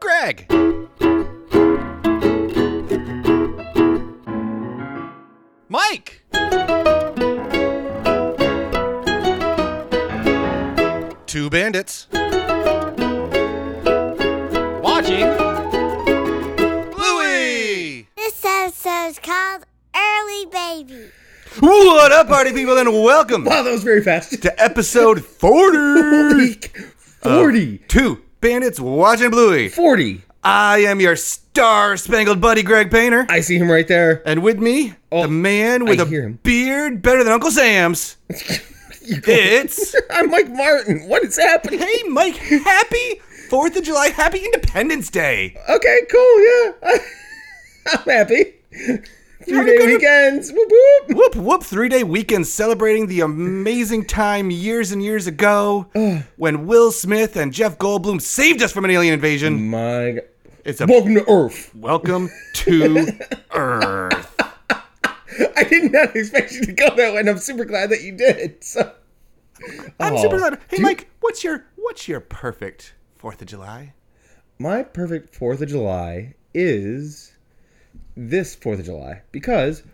bag. Mike! Two bandits. Watching. Louie! This episode's called Early Baby. What up, party people, and welcome Wow, that was very fast. to episode 40. Holy c- Oh. 40. Two bandits watching Bluey. 40. I am your star spangled buddy, Greg Painter. I see him right there. And with me, Oh, the man with I a hear him. beard better than Uncle Sam's. it's I'm Mike Martin. What is happening? Hey Mike, happy 4th of July, happy Independence Day. Okay, cool. Yeah. I'm happy. Three day good- weekends. Whoop, whoop. Whoop whoop, 3-day weekend celebrating the amazing time years and years ago when Will Smith and Jeff Goldblum saved us from an alien invasion. My God. It's a Welcome to Earth. welcome to Earth. I did not expect you to go that way, and I'm super glad that you did. So, I'm Aw. super glad. Hey Do you- Mike, what's your what's your perfect 4th of July? my perfect Fourth of July is this Fourth of July because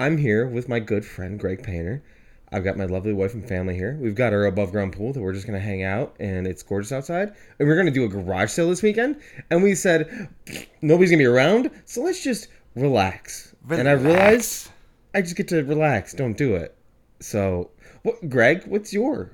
I'm here with my good friend Greg Painter. I've got my lovely wife and family here. We've got our above ground pool that we're just gonna hang out, and it's gorgeous outside. And we're gonna do a garage sale this weekend. And we said nobody's gonna be around, so let's just relax. And I realized Relax. I just get to relax. Don't do it. So, what, Greg? What's your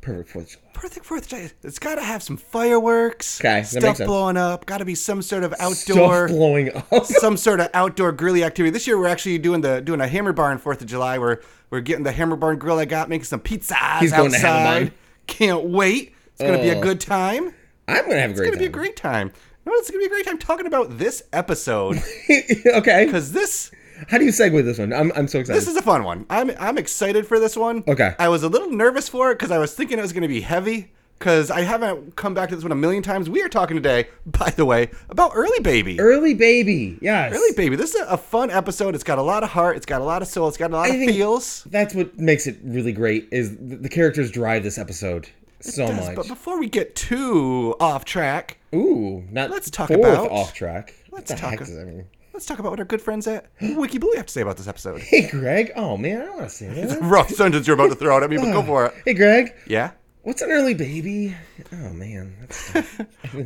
perfect Fourth of July? Perfect Fourth of July. It's got to have some fireworks, Okay, that makes stuff sense. blowing up. Got to be some sort of outdoor, Stuff blowing up. some sort of outdoor grilly activity. This year we're actually doing the doing a hammer barn Fourth of July. We're we're getting the hammer barn grill I got, making some pizzas He's going to hammer outside. barn. Can't wait. It's gonna be a Oh. good time. It's I'm gonna have a great gonna be a time. great time. You know what? It's gonna be a great time talking about this episode okay. because this How do you segue this one? I'm, I'm so excited. This is a fun one. I'm I'm excited for this one. Okay. I was a little nervous for it because I was thinking it was going to be heavy because I haven't come back to this one a million times. We are talking today, by the way, about early baby. early baby. Yes. Early baby. This is a, a fun episode. It's got a lot of heart. It's got a lot of soul. It's got a lot I of think feels. That's what makes it really great is the, the characters drive this episode so Yes, But much. before we get too off track, Ooh, not Let's talk fourth about- off track. Let's what the talk heck a- does that mean? let's talk about what our good friends at Wiki Blue have to say about this episode. Hey, Greg. Oh man, I don't want to say that. Rough sentence you're about to throw out at me, but go for it. hey, Greg. Yeah. What's an early baby? Oh man, that's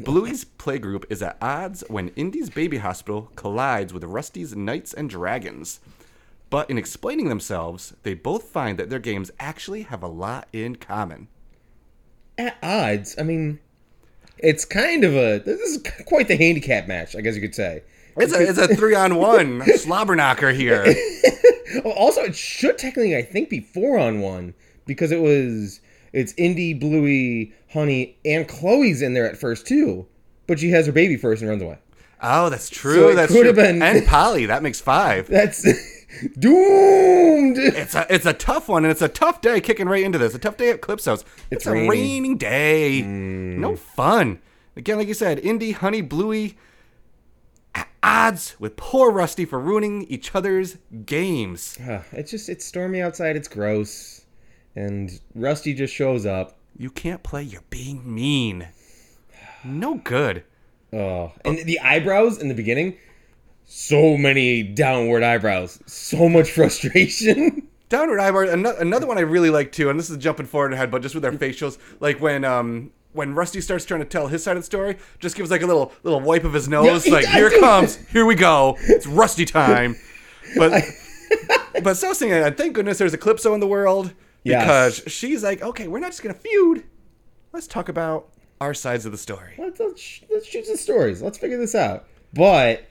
Bluey's playgroup is at odds when Indy's baby hospital collides with Rusty's Knights and Dragons. But in explaining themselves, they both find that their games actually have a lot in common. at odds. I mean, it's kind of a this is quite the handicap match, I guess you could say. It's a, it's a three on one slobberknocker here. Oh, also, it should technically, I think, be four on one because it was it's Indy, Bluey, Honey, and Chloe's in there at first too, but she has her baby first and runs away. Oh, that's true. So it that's could true. have been- And Polly, that makes five. That's doomed. It's a it's a tough one, and it's a tough day kicking right into this. A tough day at Clips House. It's, a raining. raining day. No fun. Again, like you said, Indy, Honey, Bluey, at odds with poor Rusty for ruining each other's games. Ah, it's just it's stormy outside. It's gross, and Rusty just shows up. You can't play. You're being mean. No good. Oh, and the eyebrows in the beginning. So many downward eyebrows. So much frustration. Downward eyebrow. Another, another one I really like too, and this is jumping forward ahead, but just with their facials, like when um when Rusty starts trying to tell his side of the story, just gives like a little little wipe of his nose, he like does here it do comes, here we go, it's Rusty time. But but so saying, that, thank goodness there's Eclipso in the world Yes. because she's like, okay, we're not just gonna feud. Let's talk about our sides of the story. let's, let's, sh- let's shoot some stories. Let's figure this out. But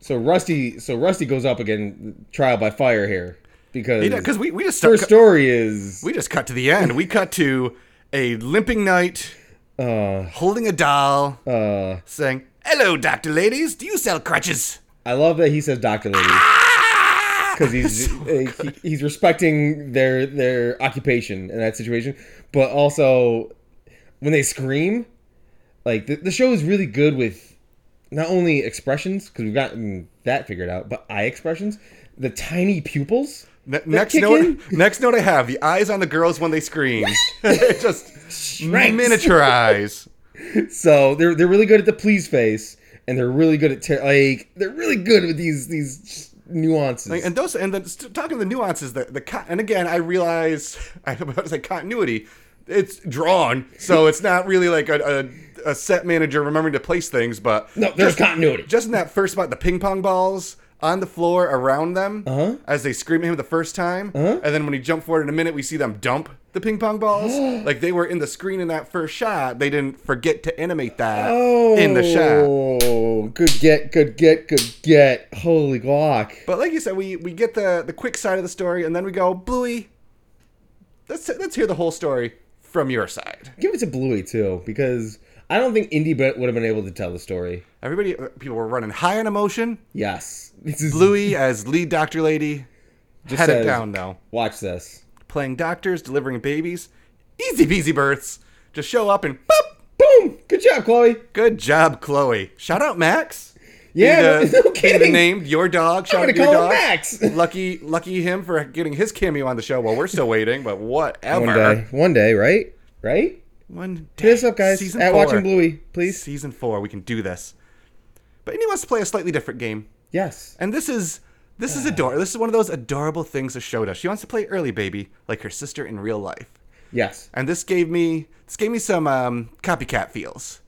so Rusty, so Rusty goes up again, trial by fire here because Because we, we just her start, story is we just cut to the end. We cut to a limping knight uh, holding a doll. uh, saying, "Hello, doctor ladies. Do you sell crutches?" I love that he says Doctor Lady Ah! because he's uh, he, he's respecting their their occupation in that situation, but also when they scream, like the, the show is really good with not only expressions because we've gotten that figured out, but eye expressions, the tiny pupils. Ne- next kick note. in? Next note I have the eyes on the girls when they scream. It Just Right. miniature eyes. So they're they're really good at the please face, and they're really good at ter- like they're really good with these these nuances. Like, and those and then st- talking the nuances that the co- and again I realize I'm about to say continuity. It's drawn, so it's not really like a, a, a set manager remembering to place things. But no, there's continuity. just in that first spot, the ping pong balls on the floor around them as they scream at him the first time, and then when he jumped forward in a minute, we see them dump the ping pong balls like they were in the screen in that first shot. They didn't forget to animate that in the shot. Oh, good get, good get, good get. Holy guac. But like you said, we we get the the quick side of the story, and then we go, Bluey. Let's let's hear the whole story from your side. Give it to Bluey too, because I don't think Indy but would have been able to tell the story. Everybody, uh, people were running high on emotion. Yes, this is Bluey as lead doctor lady just had it says, down though, Watch this. playing doctors, delivering babies, easy peasy births. Just show up and boop. Boom! Good job, Chloe. Good job, Chloe. Shout out Max. Yeah, Being no- no being kidding. named your dog. Shout gonna out your call him dog. Max. Lucky, lucky him for getting his cameo on the show. Well, we're still waiting, but whatever. One day, one day, right? Right? One day. Hit us up, guys. Season at four. watching Bluey, please. Season four. We can do this. But and he wants to play a slightly different game. Yes. And this is this is adorable. This is one of those adorable things that showed us. She wants to play early baby, like her sister in real life. Yes. And this gave me this gave me some um, copycat feels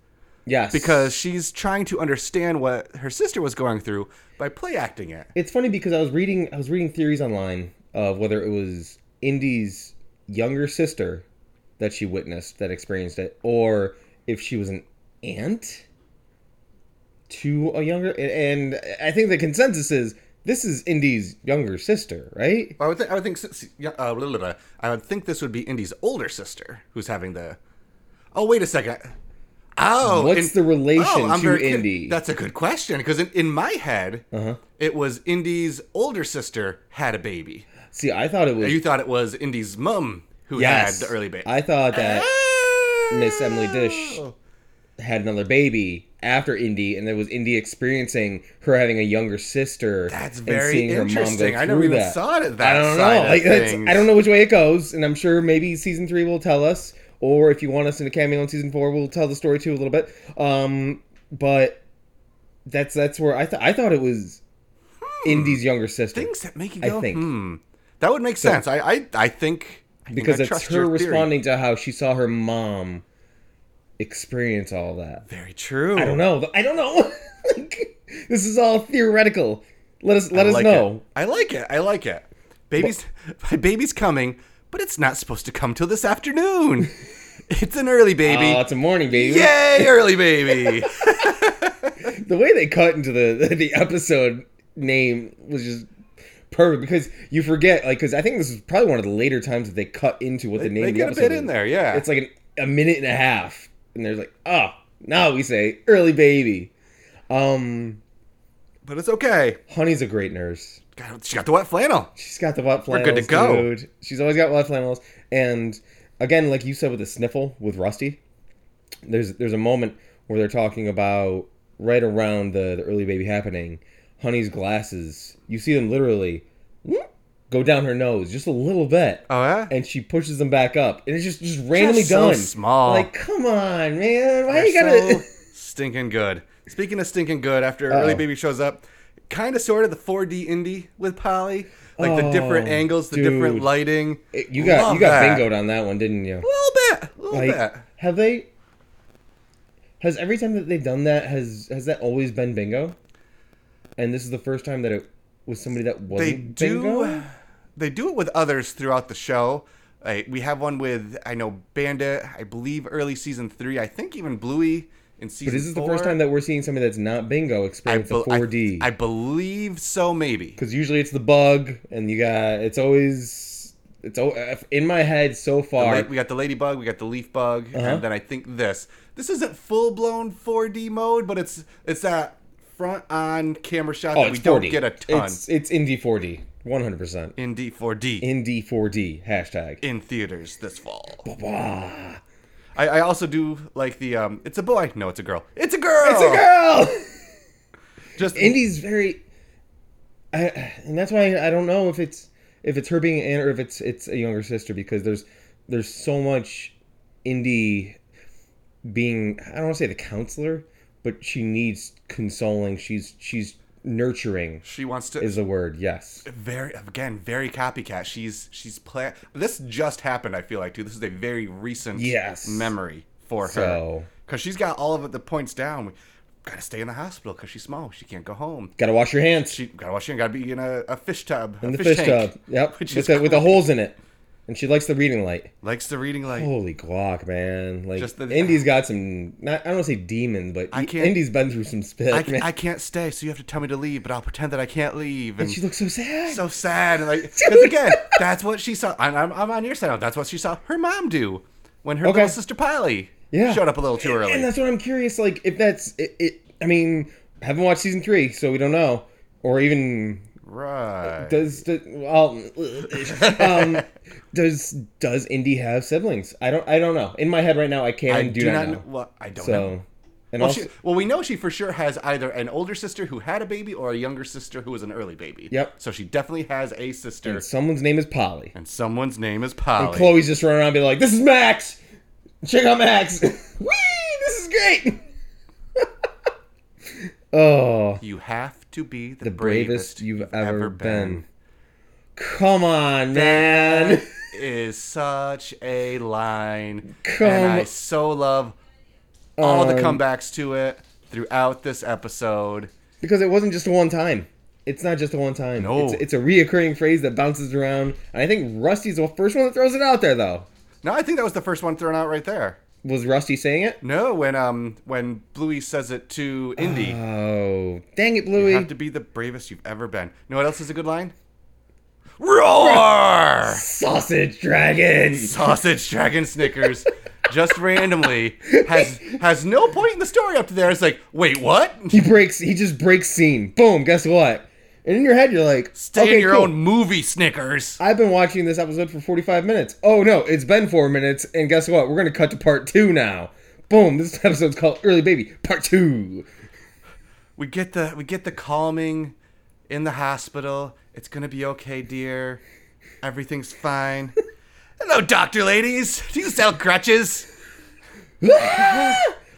Yes. because she's trying to understand what her sister was going through by play acting it. it's funny because I was reading I was reading theories online of whether it was Indy's younger sister that she witnessed that experienced it, or if she was an aunt to a younger. And and I think the consensus is this is Indy's younger sister, right? I would think I would think s- s- yeah, uh, blah, blah, blah. I would think this would be Indy's older sister who's having the. Oh wait a second. Oh, What's the relation I'm to very clear- Indy? Uh-huh. That's a good question because in, in my head, it was Indy's older sister had a baby. See, I thought it was. You thought it was Indy's mum who had the early Ah! baby. Oh, I thought that Miss Emily Dish had another baby after Indy, and it was Indy experiencing her having a younger sister. That's and very seeing her mom go interesting. I never through even saw it that I don't side know. of Like, that's- things. I don't know which way it goes, and I'm sure maybe season three will tell us, or if you want us in a cameo in season four, we'll tell the story too a little bit. Um, but that's that's where I thought I thought it was Indy's younger sister. Hmm. Things that make you I go, think. hmm. That would make sense. I, I, I think I think because I it's trust her your theory. responding to how she saw her mom experience all that. Very true. I don't know. I don't know. Like, this is all theoretical. Let us let I us like know. It. I like it. I like it. Baby's my baby's coming, but it's not supposed to come till this afternoon. it's an early baby. Oh, it's a morning, baby. Yay, early baby. The way they cut into the the episode name was just perfect because you forget like because I think this is probably one of the later times that they cut into what the name they of the get a episode bit is. in there, yeah. It's like an, a minute and a half, and they're like, oh, now we say early baby. Um, but it's okay. Honey's a great nurse. God, she got the wet flannel. She's got the wet flannels. good to go. Dude. She's always got wet flannels. And again, like you said with the sniffle with Rusty, there's there's a moment where they're talking about right around the, the early baby happening, Honey's glasses. You see them literally whoop, go down her nose just a little bit. Oh yeah. and she pushes them back up, and it's just just randomly so done. small. Like, come on, man! Why you They're gotta? so stinking good. Speaking of stinking good, after early baby shows up, kind of sort of the 4D indie with Polly, like the different Oh, angles, the dude. different lighting. It- you got Love you got that. bingoed on that one, didn't you? A little bit, a little Like, bit. have they? Has every time that they've done that has has that always been bingo? And this is the first time that it was somebody that they wasn't do bingo. they do it with others throughout the show like we have one with i know bandit i believe early season three i think even bluey in season But this is the four. first time that we're seeing somebody that's not bingo experience the bel- I- four D. I believe so maybe Because usually it's the bug, and you got it's always it's al- in my head so far. Like, we got the ladybug we got the leaf bug Uh-huh. and then i think this this isn't full-blown 4d mode but it's it's that front on camera shot oh, that we it's 4D. don't get a ton It's it's indie four D, one hundred percent in d4d in, indie four D hashtag. theaters this fall Wah. I, I also do like the um it's a boy no it's a girl it's a girl It's a girl. just Indy's very, I, and that's why I don't know if it's if it's her being an aunt or if it's it's a younger sister because there's there's so much indie being I don't want to say the counselor, but she needs consoling. She's she's nurturing She wants to is the word. Yes. very again very copycat. She's she's play. This just happened. I feel like too. This is a very recent Yes. memory for her So- because she's got all of the points down. We gotta stay in the hospital because she's small. She can't go home. Got to wash your hands She gotta wash. She gotta be in a, a fish tub. in the fish, tank, tub. Yep. which With is the, with the great. holes in it. And she likes the reading light. likes the reading light. Holy guac, man! Like Just the- Indy's got some. Not, I don't want to say demons, but I I can't- Indy's been through some spit. I, man. I can't stay, so you have to tell me to leave, but I'll pretend that I can't leave. And she looks so sad. so sad. And like, because again, that's what she saw. I'm, I'm, I'm on your side now. That's what she saw her mom do when her Okay. little sister Polly yeah. showed up a little too early. And that's what I'm curious. Like, if that's it, it I mean, haven't watched season three, so we don't know. Or even right. does the well, um, does does Indy have siblings? I don't. I don't know. In my head right now, I can't I and do, not, know. kn- Well, I don't So, know. and Well, also, she, well, we know she for sure has either an older sister who had a baby or a younger sister who was an early baby. Yep. So she definitely has a sister, and, someone's name is Polly. someone's name is Polly. Chloe's just running around, being like, "This is Max. Check out Max. Whee! This is great." oh, You have to be the, the bravest, you've, ever, been. been. Come on, man. is such a line. Come- and I so love all the Um, comebacks to it throughout this episode. Because it wasn't just a one time. It's not just a one time. No. It's, it's a reoccurring phrase that bounces around. And I think Rusty's the first one that throws it out there, though. No, I think that was the first one thrown out right there. Was Rusty saying it? No, when um when Bluey says it to Indy, Oh, dang it, you Bluey. have to be the bravest you've ever been. You know what else is a good line? Roar! Sausage Dragon. Sausage Dragon Snickers just randomly has has no point in the story up to there. It's like, wait, what? He breaks, he just breaks scene. Boom, guess what? And in your head, you're like, Stay okay, in your cool. own movie, Snickers. I've been watching this episode for 45 minutes. Oh no, it's been four minutes, and guess what? We're gonna cut to part two now. Boom, this episode's called Early Baby, Part Two. we get the we get the calming in the hospital. It's gonna be okay, dear. Everything's fine. Hello, doctor ladies. Do you sell crutches?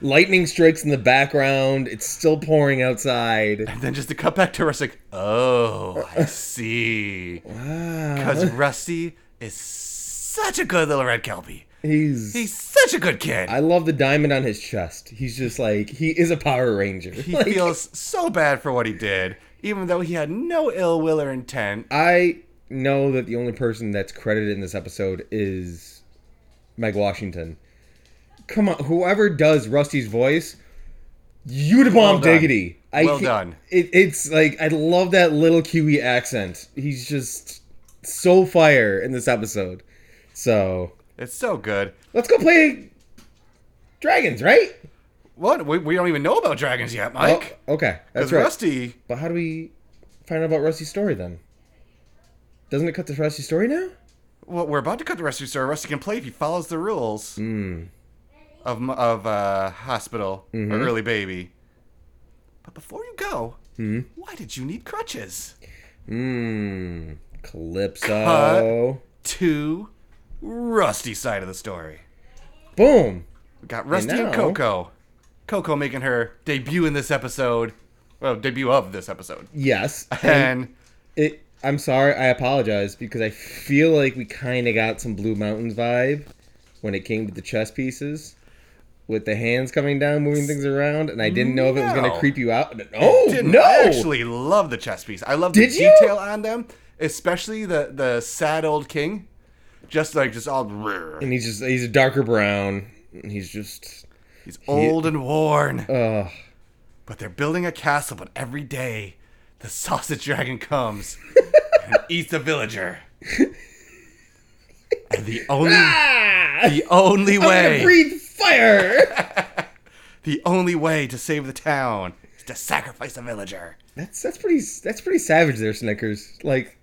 Lightning strikes in the background, it's still pouring outside. And then just to cut back to Rusty, like, oh, I see. Because Rusty is such a good little red kelpie. He's, He's such a good kid. I love the diamond on his chest. He's just like he is a Power Ranger. he feels so bad for what he did, even though he had no ill will or intent. I know that the only person that's credited in this episode is Meg Washington. Come on, whoever does Rusty's voice, you to bomb Well done. diggity. I Well ca- done. It, it's like I love that little Kiwi accent. He's just so fire in this episode. So It's so good. let's go play dragons, right? What? We, we don't even know about dragons yet, Mike. Oh, okay, that's Because right. Rusty But how do we find out about Rusty's story then? Doesn't it cut to Rusty's story now? Well, we're about to cut the rest of your story. Rusty can play if he follows the rules Hmm. of m- of uh, hospital or Mm-hmm. early baby. But before you go, Hmm. why did you need crutches? Mmm. Cut. Calypso. To Rusty side of the story. Boom. We got Rusty and now- Coco. Coco making her debut in this episode. Well, debut of this episode. Yes. And It. I'm sorry. I apologize because I feel like we kind of got some Blue Mountains vibe when it came to the chess pieces, with the hands coming down, moving things around, and I didn't know if it was No. gonna creep you out. No, didn't Oh, no. I actually love the chess piece. I love the Did you? detail on them, especially the the sad old king. Just like just all and he's just he's a darker brown. and He's just. He's old and worn, Ugh. but they're building a castle. But every day, the sausage dragon comes and eats a villager. And the only, Ah! the only I'm gonna way, breathe fire. the only way to save the town is to sacrifice a villager. that's that's pretty that's pretty savage there, Snickers. Like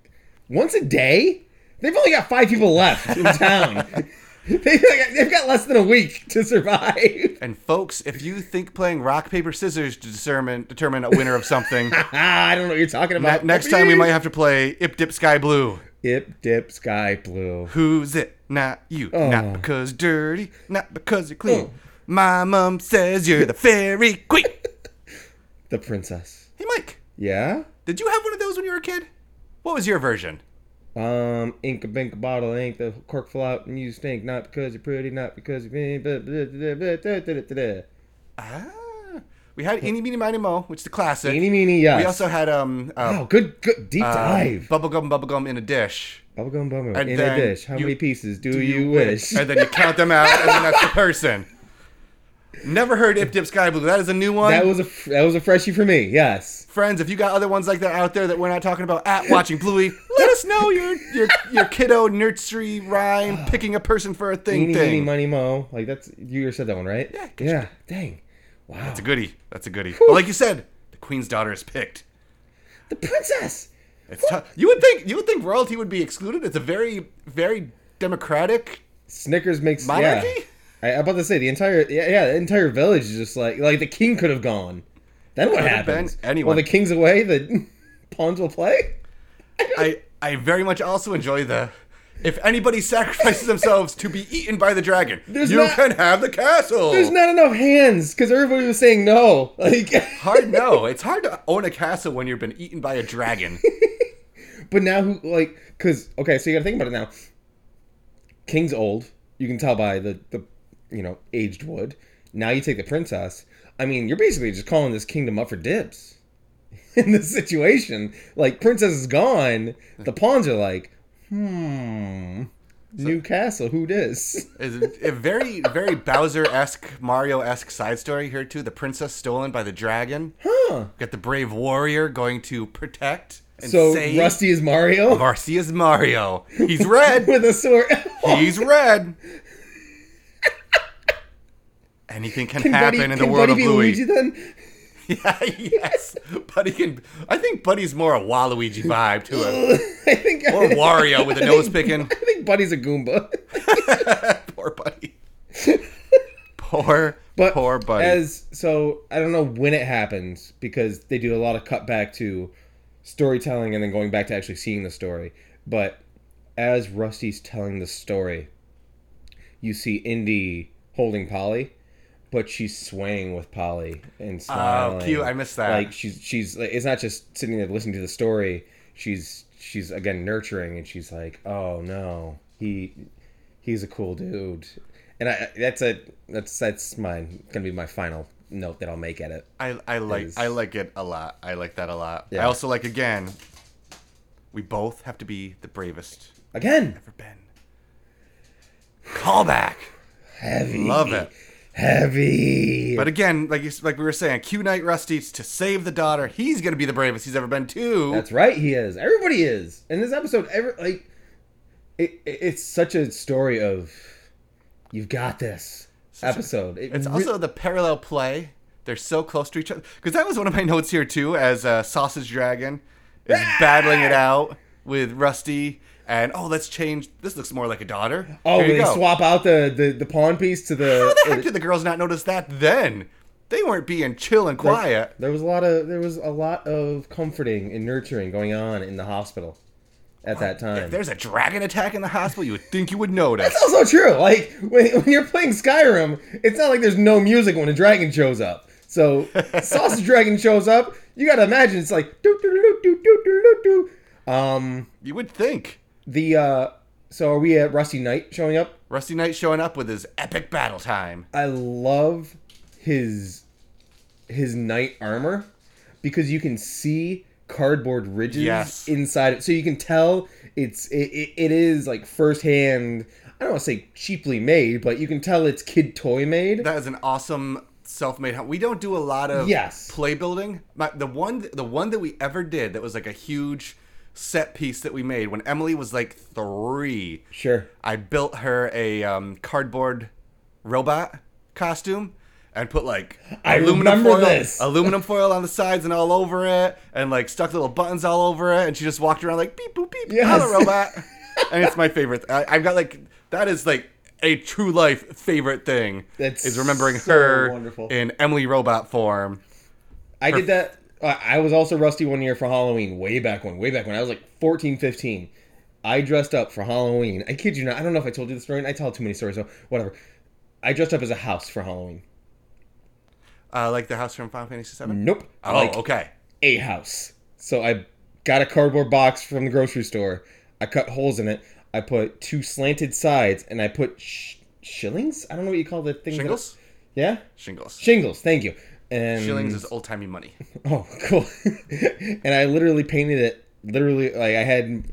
once a day, they've only got five people left in town. they've, got, they've got less than a week to survive. And folks, if you think playing rock paper scissors to determine determine a winner of something, Ah, I don't know what you're talking ne- about. next time we might have to play Ip Dip Sky Blue. Ip dip sky blue. Who's it? Not you. Oh. Mm. Not because dirty. Not because you're clean. My mom says you're the fairy queen. The princess. Hey, Mike, Yeah? did you have one of those when you were a kid? What was your version? Um, ink a bink a bottle of ink, the cork fell out and you stink, not because you're pretty, not because you're mean, blah, blah, blah, blah, blah, blah, blah, blah. Ah, we had Eeny Meeny Miny Mo, which is the classic. Eeny meeny yes. We also had um, uh, Wow, good good deep um dive. bubblegum bubblegum in a dish. Bubblegum bubble and in then a dish. How you- many pieces do, you wish? And then you count them out, and then that's the person. Never heard Ip Dip Sky Blue. That is a new one. That was a f- that was a freshie for me. Yes. Friends, if you got other ones like that out there that we're not talking about at Watching Bluey, let us know your your, your kiddo nursery rhyme picking a person for a thing Eeny thing. meeny money mo. Like that's you said that one right? Yeah. get Yeah. Dang. Wow. That's a goodie. That's a goodie. But like you said, the queen's daughter is picked. The princess. It's tough. You would think you would think royalty would be excluded. It's a very very democratic. Snickers makes Monarchy? Yeah. I, I'm about to say the entire yeah, yeah the entire village is just like like the king could have gone. Then what Could have happens? been anyone. Well, the king's away. The pawns will play. I I very much also enjoy the. If anybody sacrifices themselves to be eaten by the dragon, There's you not- can have the castle. There's not enough hands because everybody was saying no. Like, hard no. It's hard to own a castle when you've been eaten by a dragon. but now who like? Because okay, so you got to think about it now. King's old. You can tell by the the you know aged wood. Now you take the princess. I mean, you're basically just calling this kingdom up for dibs. In this situation, like princess is gone, the pawns are like, hmm, new castle. Who dis? It's a, a very very Bowser esque Mario esque side story here too. The princess stolen by the dragon. Huh? Got the brave warrior going to protect and So save. rusty is Mario Marcia's Mario. He's red. with a sword. He's red. Anything can, happen in the can world Buddy of be Louis. Luigi then? yeah, yes. Buddy can. I think Buddy's more a Waluigi vibe to him, I think or Wario with a nose picking. I think Buddy's a Goomba. poor Buddy. poor, But poor Buddy. As so, I don't know when it happens because they do a lot of cut back to storytelling and then going back to actually seeing the story. But as Rusty's telling the story, you see Indy holding Polly, but she's swaying with Polly and smiling. Oh, cute. I missed that. Like she's she's like, it's not just sitting there listening to the story. She's she's again nurturing and she's like, "Oh no. He he's a cool dude." And I that's a that's that's mine going to be my final note that I'll make at it. I, I like is- I like it a lot. I like that a lot. I Yeah. also like again. We both have to be the bravest Again, ever been. Callback. heavy. Love it. Heavy. But again, like you, s- like we were saying, Q Knight Rusty to save the daughter. He's gonna be the bravest he's ever been too. That's right, he is. Everybody is. In this episode, every like it, it- it's such a story of you've got this episode. It It's re- also the parallel play. They're so close to each other. Because that was one of my notes here too, as uh, Sausage Dragon is battling it out with Rusty. And oh, let's change. This looks more like a daughter. Oh, Here when you they go. swap out the, the, the pawn piece to the. How the heck did the girls not notice that then? They weren't being chill and quiet. There was a lot of there was a lot of comforting and nurturing going on in the hospital at that If time. there's a dragon attack in the hospital, you would think you would notice. That's also true. Like when, when you're playing Skyrim, it's not like there's no music when a dragon shows up. So sausage dragon shows up. You gotta imagine it's like doo doo doo doo doo doo doo doo. Um, You would think. the uh, so are we at Rusty Knight showing up? Rusty Knight showing up with his epic battle time. I love his his knight armor because you can see cardboard ridges Yes. inside it, so you can tell it's it, it, it is like firsthand. I don't want to say cheaply made, but you can tell it's kid toy made. That is an awesome self-made home. We don't do a lot of Yes. play building. My, the one the one that we ever did that was like a huge set piece that we made when Emily was like 3. sure. I built her a um, cardboard robot costume and put like I remember foil, this. aluminum foil on the sides and all over it, and like stuck little buttons all over it, and she just walked around like beep boop beep, I'm a Yes. robot, and it's my favorite. I, I've got like that is like a true life favorite thing. That's is remembering so her wonderful. in Emily robot form. I did that. uh, I I was also rusty one year for Halloween, way back when, way back when I was like 14, 15. I dressed up for Halloween. I kid you not. I don't know if I told you the story, and I tell too many stories, so whatever. I dressed up as a house for Halloween. Uh, like the house from Final Fantasy VII. Nope. Oh, like okay. a house. So I got a cardboard box from the grocery store. I cut holes in it. I put two slanted sides, and I put sh- shillings. I don't know what you call the things. that- Shingles. yeah, Shingles. shingles. Thank you. And Shillings is old timey money. Oh, cool. and I literally painted it literally like I had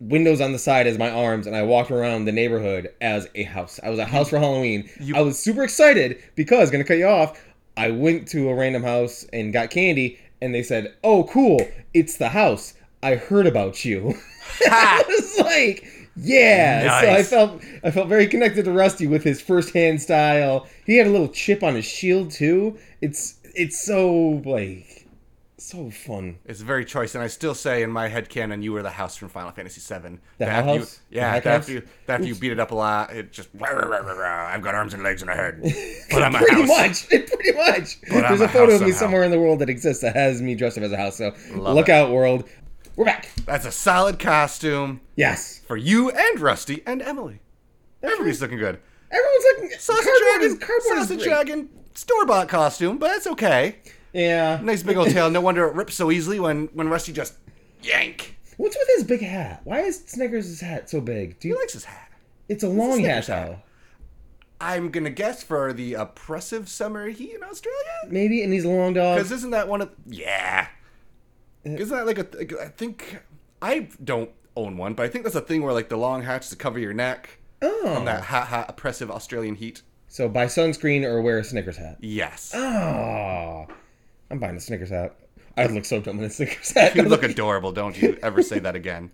windows on the side as my arms and I walked around the neighborhood as a house. I was a house for Halloween. I was super excited because gonna cut you off. I went to a random house and got candy and they said, "Oh, cool. It's the house. I heard about you." I was like, yeah. So I Nice. felt I felt very connected to Rusty with his first hand style. He had a little chip on his shield too. It's it's so like so fun. It's very choice, and I still say in my head canon, you were the house from Final Fantasy VII. The That after house? You, yeah, The heck that after house? you, that after you beat it up a lot, it just rah, rah, rah, rah, rah, I've got arms and legs and a head, but I'm a Pretty house. much. It pretty much. But I'm There's a a, photo house of me somehow. somewhere in the world that exists that has me dressed up as a house. So Love look it. out, world. We're back. That's a solid costume Yes. for you and Rusty and Emily. Everybody's looking good. Everyone's looking Sausage cardboard dragon, is cardboard is sausage great. dragon, store bought costume, but that's okay. Yeah. Nice big old tail. No wonder it rips so easily when when Rusty just yank. What's with his big hat? Why is Snickers' hat so big? Do He you likes his hat. It's a long Snickers hat hat. though. I'm gonna guess for the oppressive summer heat in Australia. Maybe and he's a long dog. Because isn't that one of yeah? Isn't that like a? Th- I think I don't own one, but I think that's a thing where like the long hat's to cover your neck Oh. from that hot, hot, oppressive Australian heat. So buy sunscreen or wear a Snickers hat. Yes, Oh, I'm buying a Snickers hat. I'd look so dumb in a Snickers hat. Ah. you look adorable. Don't you ever say that again.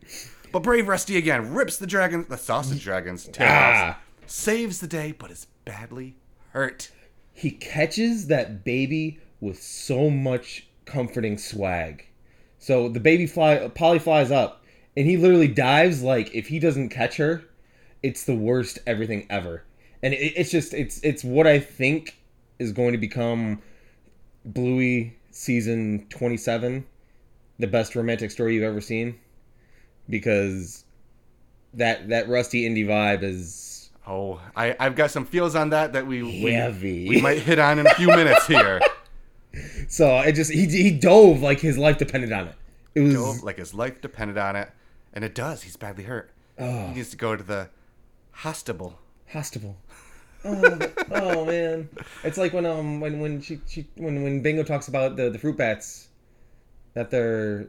But brave Rusty again rips the dragon, the sausage dragon's tail, off, Ah. saves the day, but is badly hurt. he catches that baby with so much comforting swag. So the baby fly Polly flies up, and he literally dives like if he doesn't catch her, it's the worst everything ever. And it, it's just it's it's what I think is going to become Bluey season twenty seven, the best romantic story you've ever seen, because that that rusty indie vibe is Oh, I, I've got some feels on that that we we- Heavy. we might hit on in a few minutes here. So it just he he dove like his life depended on it. It was go, like his life depended on it, and it does. He's badly hurt. Oh. He needs to go to the hospital. hostile. Oh, oh man, it's like when um when when she, she when when Bingo talks about the the fruit bats, that they're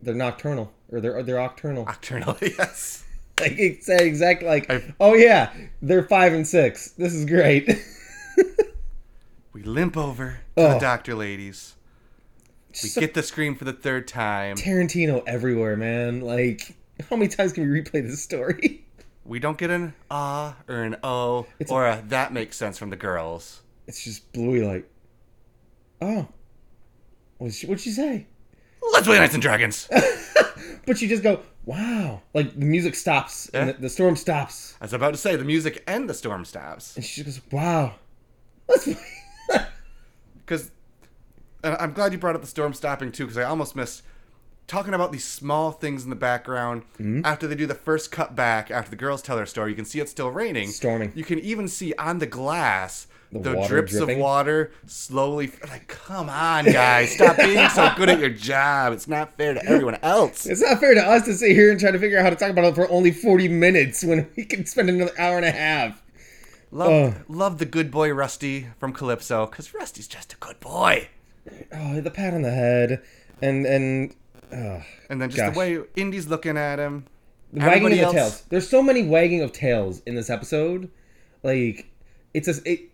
they're nocturnal or they're they're nocturnal. Nocturnal, yes. Like it's exactly like I- oh yeah, they're five and six. This is great. We limp over to the Oh. doctor, ladies. We So- get the scream for the third time. Tarantino everywhere, man. Like how many times can we replay this story? We don't get an ah or an oh or a that makes sense from the girls. It's just Bluey like, oh, what she what'd she say? Let's play Knights and Dragons. I But you just go, wow. Like the music stops and Yeah. the, the storm stops. was about to say the music and the storm stops And she just goes, wow. Let's play. because I'm glad you brought up the storm stopping too because I almost missed talking about these small things in the background Mm-hmm. after they do the first cut back after the girls tell their story you can see it's still raining Storming. you can even see on the glass the, water drips dripping. of water slowly like come on guys stop being so good at your job it's not fair to everyone else it's not fair to us to sit here and try to figure out how to talk about it for only 40 minutes when we can spend another hour and a half. uh, love, love the good boy rusty from calypso because rusty's just a good boy Oh, the pat on the head. And, and, uh, and then just Gosh. the way indy's looking at him the wagging of Everybody the else- tails. There's so many wagging of tails in this episode. Like, it's just, it,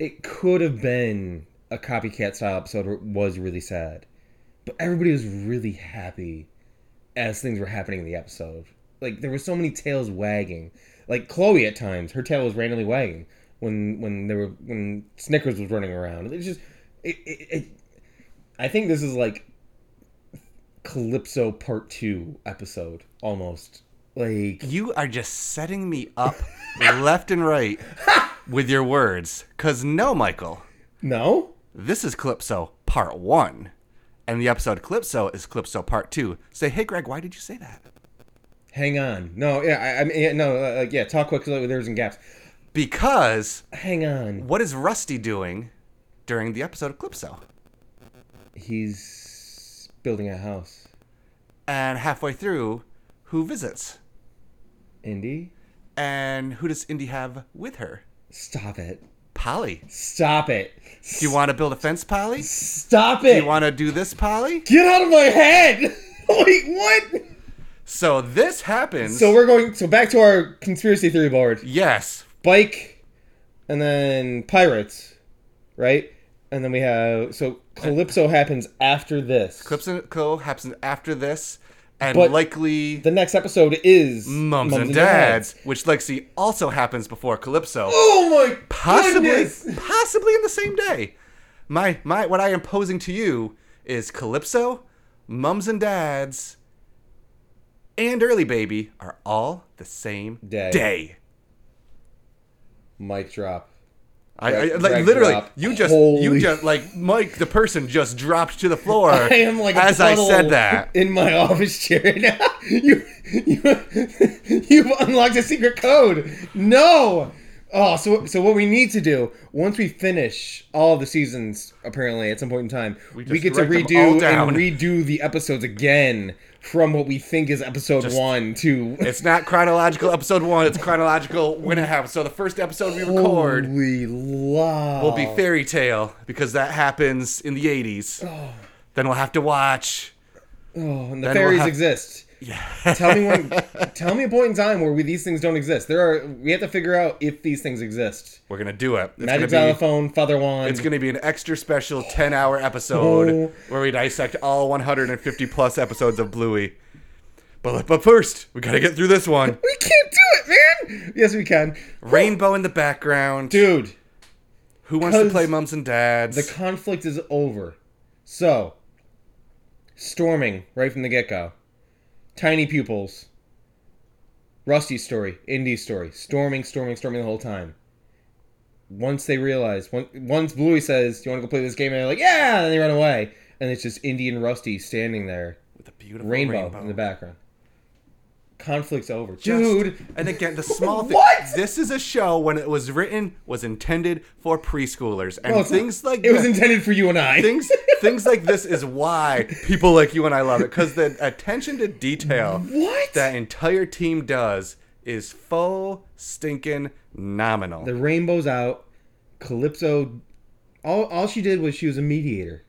it could have been a copycat style episode where it was really sad. but everybody was really happy as things were happening in the episode. Like there were so many tails wagging. Like Chloe at times, her tail was randomly wagging when when there were when Snickers was running around. It's just it, it, it I think this is like Calypso Part 2 episode almost. Like You are just setting me up left and right with your words. Because no, Michael, no? this is Calypso Part 1. And the episode Calypso is Calypso Part 2. Say, hey, Greg, why did you say that? Hang on. No, yeah, I, I mean, yeah, no, uh, like, yeah, talk quickly. There was some gaps. Because Hang on. what is Rusty doing during the episode of Clipso? He's building a house. And halfway through, who visits? Indy? And who does Indy have with her? Stop it. Polly. Stop it. Do you want to build a fence, Polly? Stop Do it. you want to do this, Polly? Get out of my head. Wait, what? So this happens. So we're going so back to our conspiracy theory board. yes, Bike and then pirates, right? And then we have so Calypso happens after this. Clips and Co. happens after this, and But likely The next episode is Mums, and, dads, which Lexi also happens before Calypso. Oh my possibly goodness. possibly in the same day. My my what I am posing to you is Calypso, Mums and Dads, and Early Baby are all the same Day. Mic drop. I, I Reg- like reg literally drop. you just you Holy- just like Mike the person just dropped to the floor I am like a as I puddle said that. in my office chair now. You, you, you've unlocked a secret code. No. Oh, so so what we need to do once we finish all of the seasons, apparently at some point in time, we, just get to write them all redo down. and redo the episodes again from what we think is episode one to. It's not chronological episode one, it's chronological when it happens. So the first episode we Oh, record Holy wow! will be fairy tale because that happens in the 80s. Then we'll have to watch. Oh, and the we'll fairies have- exist. tell me when. Tell me a point in time where we, these things don't exist. There are. We have to figure out if these things exist. We're gonna do it. It's Magic gonna be, xylophone, feather wand. it's gonna be an extra special 10 hour episode Oh. where we dissect all 150 plus episodes of Bluey. But but first, we gotta get through this one. we can't do it, man. Yes, we can, Rainbow in the background. dude. Who wants to cause play mums and dads? The conflict is over. So, storming right from the get go. Tiny pupils. Rusty story, indie story, storming, storming, storming the whole time. Once they realize, on- once Bluey says, "Do you want to go play this game?" and they're like, "Yeah," and they run away, and it's just Indy and Rusty standing there, With a beautiful rainbow, rainbow, in the background. Conflict's over, Just- dude. And again, the small thing. What? This is a show when it was written was intended for preschoolers and No, it's not- Oh, things like it was that- intended for you and I. things things like this is why people like you and I love it because the attention to detail What? that entire team does is full stinking nominal. The rainbow's out. Calypso, all, all she did was she was a mediator.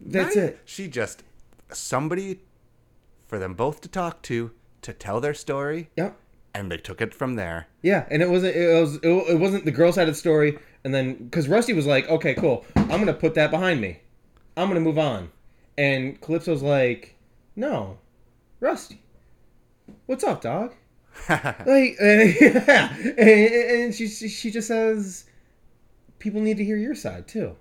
That's Right? it. She just somebody for them both to talk to to tell their story, Yep. and they took it from there. Yeah, and it wasn't it was it, it wasn't the girl side of the story, and then because Rusty was like, okay, cool, I'm gonna put that behind me, I'm gonna move on, and Calypso's like, no, Rusty, what's up, dog? like, and, yeah, and, and she she she just says, people need to hear your side too,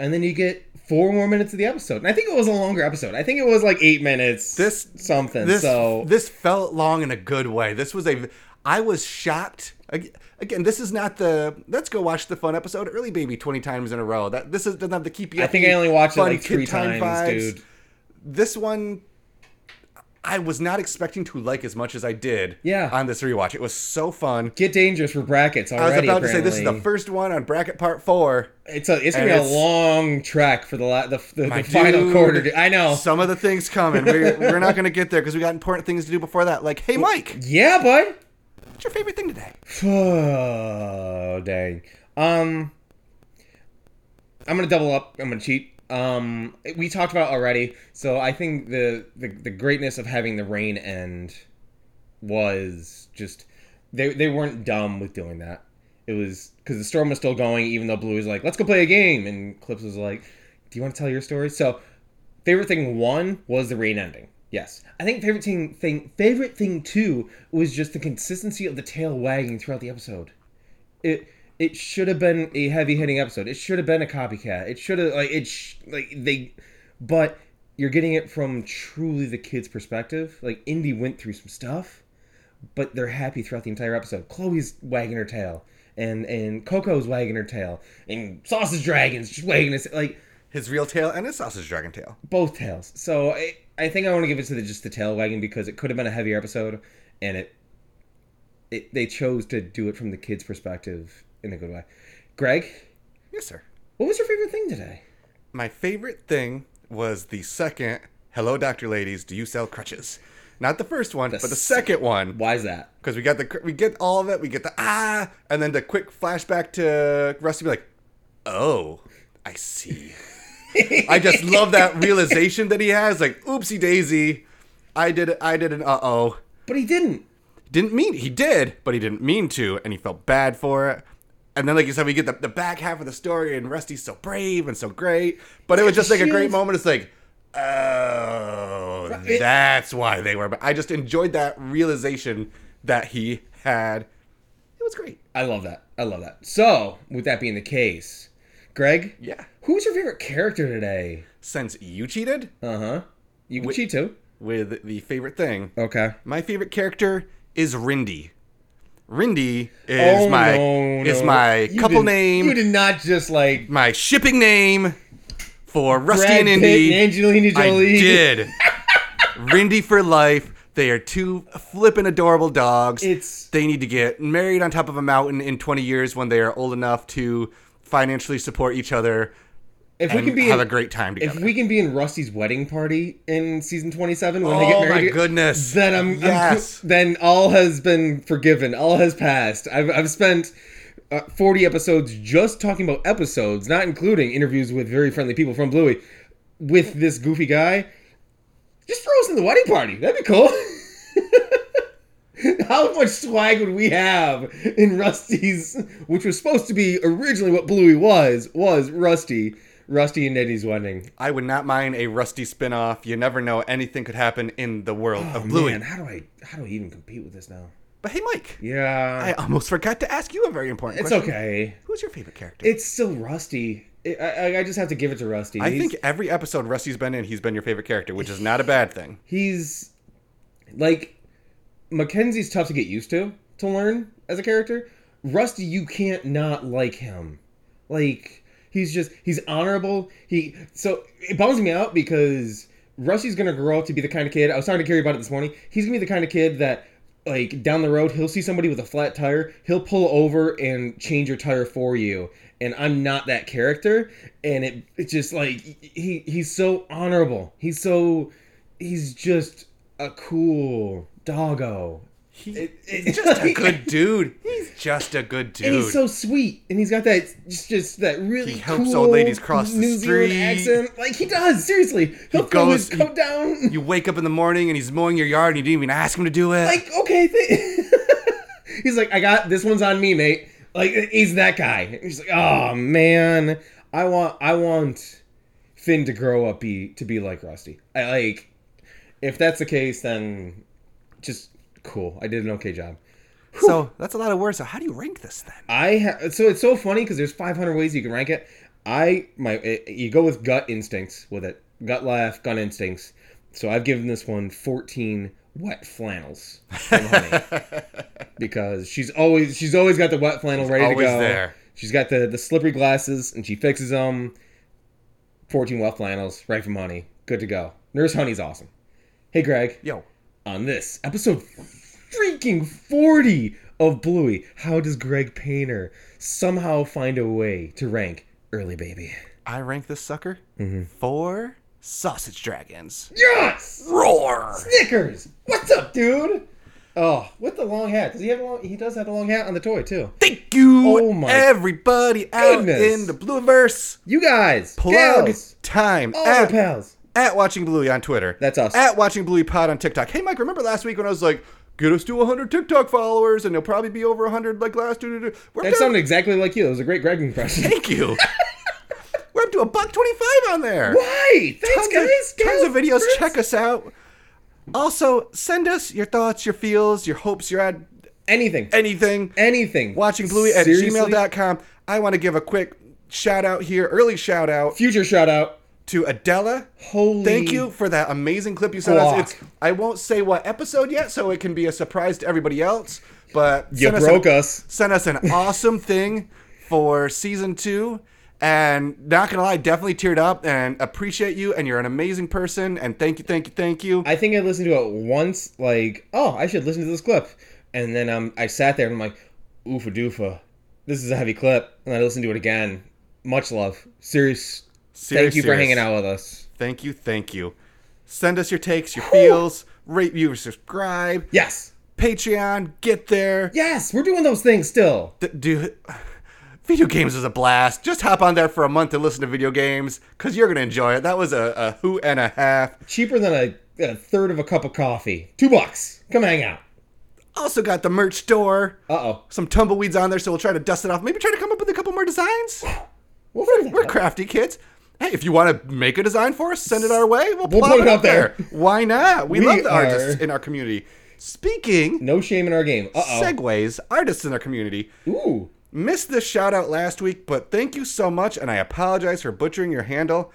and then you get four more minutes of the episode, and I think it was a longer episode. I think it was like eight minutes. This- something. this so this felt long in a good way. This was a I was shocked. Ag- Again, this is not the let's go watch the fun episode early baby twenty times in a row. That this is doesn't have the keep you. I up think I the only watched it fun like kid three time times, vibes. dude. This one, I was not expecting to like as much as I did. Yeah. on this rewatch, it was so fun. Get dangerous for brackets I was already. about to say this is the apparently. first one on bracket part four. It's a, it's And gonna be it's- a long track for the la- the, the, My the final dude, quarter. dude. I know. Some of the things coming. We're, we're not going to get there because we got important things to do before that. Like, hey, Mike, yeah, bud. what's your favorite thing today? Oh dang. Um, I'm gonna double up. I'm gonna cheat. Um, we talked about it already. So I think the the, the greatness of having the rain end was just they they weren't dumb with doing that. It was because the storm was still going, even though Blue was like, "Let's go play a game," and Clips was like, "Do you want to tell your story?" So favorite thing one was the rain ending. Yes, I think favorite thing thing favorite thing two was just the consistency of the tail wagging throughout the episode. It it should have been a heavy hitting episode. It should have been a copycat. It should have like it sh- like they, but you're getting it from truly the kid's perspective. Like Indy went through some stuff, but they're happy throughout the entire episode. Chloe's wagging her tail, and and Coco's wagging her tail, and Sausage Dragon's just wagging his like His real tail and his sausage dragon tail. both tails. So I, I think I want to give it to the, just the tail wagging because it could have been a heavier episode, and it it, they chose to do it from the kids' perspective in a good way. Greg, Yes, sir. what was your favorite thing today? My favorite thing was the second Hello, Doctor Ladies, do you sell crutches? Not the first one, but the second one. Why is that? Because we got the cr- we get all of it, we get the ah, and then the quick flashback to Rusty be like, oh, I see. I just love that realization that he has, like, oopsie daisy, I did I did an uh oh. But he didn't. didn't mean he did, but he didn't mean to, and he felt bad for it. And then, like you said, we get the, the back half of the story, and Rusty's so brave and so great. But it was just like a great Shields. moment. It's like, oh, It- that's why they were. But I just enjoyed that realization that he had. It was great. I love that. I love that. So, with that being the case, Greg, Yeah. who was your favorite character today? Since you cheated Uh huh. You can Wait. cheat too. with the favorite thing, Okay. my favorite character is Rindy. Rindy is Oh, my no, is no. my You couple did- name. You did not just like my shipping name for Rusty Brad and Pitt Indy. and Angelina I Jolie. did. Rindy for life. They are two flippin' adorable dogs. It's they need to get married on top of a mountain in 20 years when they are old enough to financially support each other if we and can be have in, a great time if together. we can be in Rusty's wedding party in season twenty seven when they oh get married. my again, goodness. Then I'm, I'm Yes. then all has been forgiven. All has passed. I've I've spent uh, forty episodes just talking about episodes, not including interviews with very friendly people from Bluey, with this goofy guy. Just throw us in the wedding party. That'd be cool. How much swag would we have in Rusty's, which was supposed to be originally what Bluey was, was Rusty, Rusty and Eddie's wedding. I would not mind a Rusty spinoff. You never know. Anything could happen in the world of Bluey. Oh, Man, how do I, how do I even compete with this now? But hey, Mike, Yeah, I almost forgot to ask you a very important it's question. okay. Who's your favorite character? It's still Rusty. I, I, I just have to give it to Rusty. I he's, think every episode Rusty's been in, he's been your favorite character, which is not a bad thing. he's like Mackenzie's tough to get used to to learn as a character. Rusty, you can't not like him. Like he's just he's honorable. He so it bums me out because Rusty's gonna grow up to be the kind of kid. I was talking to Carrie about it this morning. He's gonna be the kind of kid that like down the road he'll see somebody with a flat tire he'll pull over and change your tire for you and i'm not that character and it it's just like he he's so honorable he's so he's just a cool doggo He, he's just a good dude. He's just a good dude. and he's so sweet and he's got that just, just that really He helps cool old ladies cross the new zealand street. accent like he does seriously he'll He throw his goes- coat down you wake up in the morning and he's mowing your yard and you didn't even ask him to do it. like okay th- he's like i got this one's on me mate like he's that guy And he's like oh man i want i want finn to grow up be to be like rusty i like if that's the case then just cool i did an okay job so that's a lot of words. So how do you rank this then? I ha- so it's so funny because there's 500 ways you can rank it. I my it, you go with gut instincts with it, gut laugh, gun instincts. So I've given this one 14 wet flannels from honey because she's always she's always got the wet flannel ready always to go. there. She's got the the slippery glasses and she fixes them. 14 wet flannels right from honey, good to go. Nurse Honey's awesome. Hey Greg, Yo, on this episode freaking 40 of Bluey, how does Greg Painter somehow find a way to rank early baby? I rank this sucker Mm-hmm. for sausage dragons. Yes! Roar! Snickers! What's up, dude? Oh, with the long hat. Does he have a long he does have a long hat on the toy too. Thank you, Oh my everybody out goodness. in the Blueverse. You guys! Plug Gals, time all our at pals. at watching Bluey on Twitter. Oh, That's us. At watching Bluey Pod on TikTok. Hey Mike, remember last week when I was like, get us to 100 TikTok followers and you'll probably be over 100 like last year. We're That down- sounded exactly like you. It was a great Greg impression. Thank you. We're up to a buck 25 on there. Why? Thanks, Tons, guys. of, tons Gals, of videos. friends. Check us out. Also, send us your thoughts, your feels, your hopes, your ad- anything. anything. Anything. Watching Bluey at Eh, Seriously? gmail.com. I want to give a quick shout out here, early shout out Future shout out. to Adela. Holy Thank you for that amazing clip you sent us. Guac. It's I won't say what episode yet, so it can be a surprise to everybody else. But You send broke an, us. Sent us an awesome thing for season two, and not gonna lie, definitely teared up and appreciate you. And you're an amazing person. And thank you, thank you, thank you. I think I listened to it once, like, oh, I should listen to this clip. And then um, I sat there and I'm like, oofa doofa, this is a heavy clip. And I listened to it again. Much love. Serious. Serious, thank you for serious. hanging out with us. Thank you, thank you. Send us your takes, your feels, rate, view, or subscribe. Yes. Patreon, get there. Yes. We're doing those things still. D- dude, video games is a blast. Just hop on there for a month and listen to video games because you're going to enjoy it. That was a, a who and a half. Cheaper than a, a third of a cup of coffee. Two bucks. Come hang out. Also got the merch store. Uh oh. Some tumbleweeds on there, so we'll try to dust it off. Maybe try to come up with a couple more designs. We'll figure We're that out. crafty kids. Hey, if you want to make a design for us, send it our way. We'll, We'll plop put it up there. Why not? We, We love the artists are- in our community. Speaking No shame in our game. Uh oh. segues, artists in our community. Ooh. Missed this shout out last week, but thank you so much, and I apologize for butchering your handle.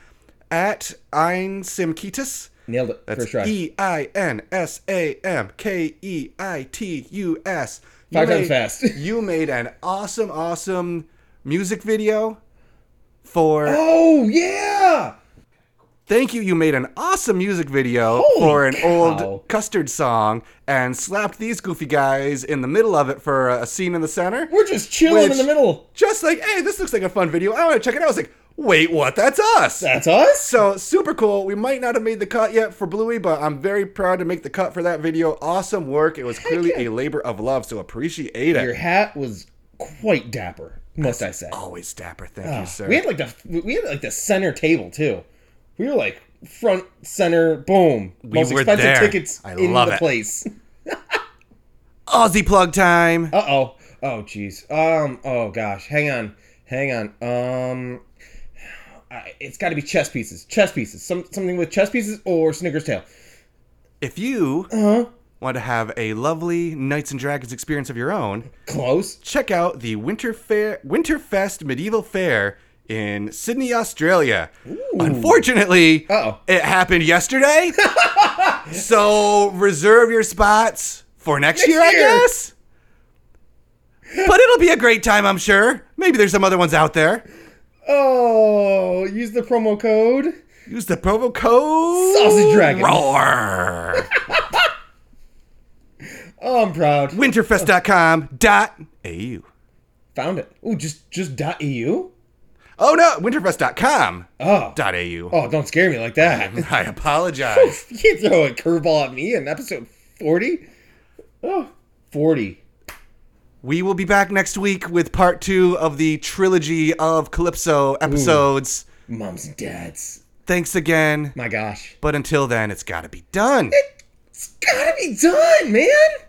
At Ein Simkitis. Nailed it. That's First try. E I N S A M K E I T U S. You Five times made- fast. you made an awesome, awesome music video for. oh, yeah. Thank you. You made an awesome music video Holy for an cow. old custard song and slapped these goofy guys in the middle of it for a scene in the center. We're just chilling Which- in the middle. Just like, hey, this looks like a fun video. I want to check it out. I was like, wait, what? That's us. That's us? So super cool. We might not have made the cut yet for Bluey, but I'm very proud to make the cut for that video. Awesome work. It was clearly a labor of love, so appreciate Your it. hat was quite dapper, must I say. Always dapper. Thank you, sir. Ah, We had like the we had like the center table too. We were like front center, boom. Most were expensive there. tickets I in love the it. place. Aussie plug time. Uh oh. Oh jeez. Um. Oh gosh. Hang on. Hang on. Um. I, it's got to be chess pieces. Chess pieces. Some something with chess pieces or Snickers tail. If you Uh-huh. want to have a lovely Knights and Dragons experience of your own, Close. check out the Winter Fair, Winterfest Medieval Fair in Sydney, Australia. Unfortunately, Uh-oh. it happened yesterday. so reserve your spots for next, year, I year. guess. But it'll be a great time, I'm sure. Maybe there's some other ones out there. Oh, use the promo code. Use the promo code Sausage Dragons. Roar. Oh, I'm proud. Winterfest.com.au. Found it. Ooh, just just dot E eu. Oh no, winterfest.com.au. Oh. Oh, don't scare me like that. I apologize. You can't throw a curveball at me in episode 40. Oh, 40. We will be back next week with part two of the trilogy of Calypso episodes. Moms and dads. Thanks again. My gosh. But until then, it's got to be done. It's gotta be done, man.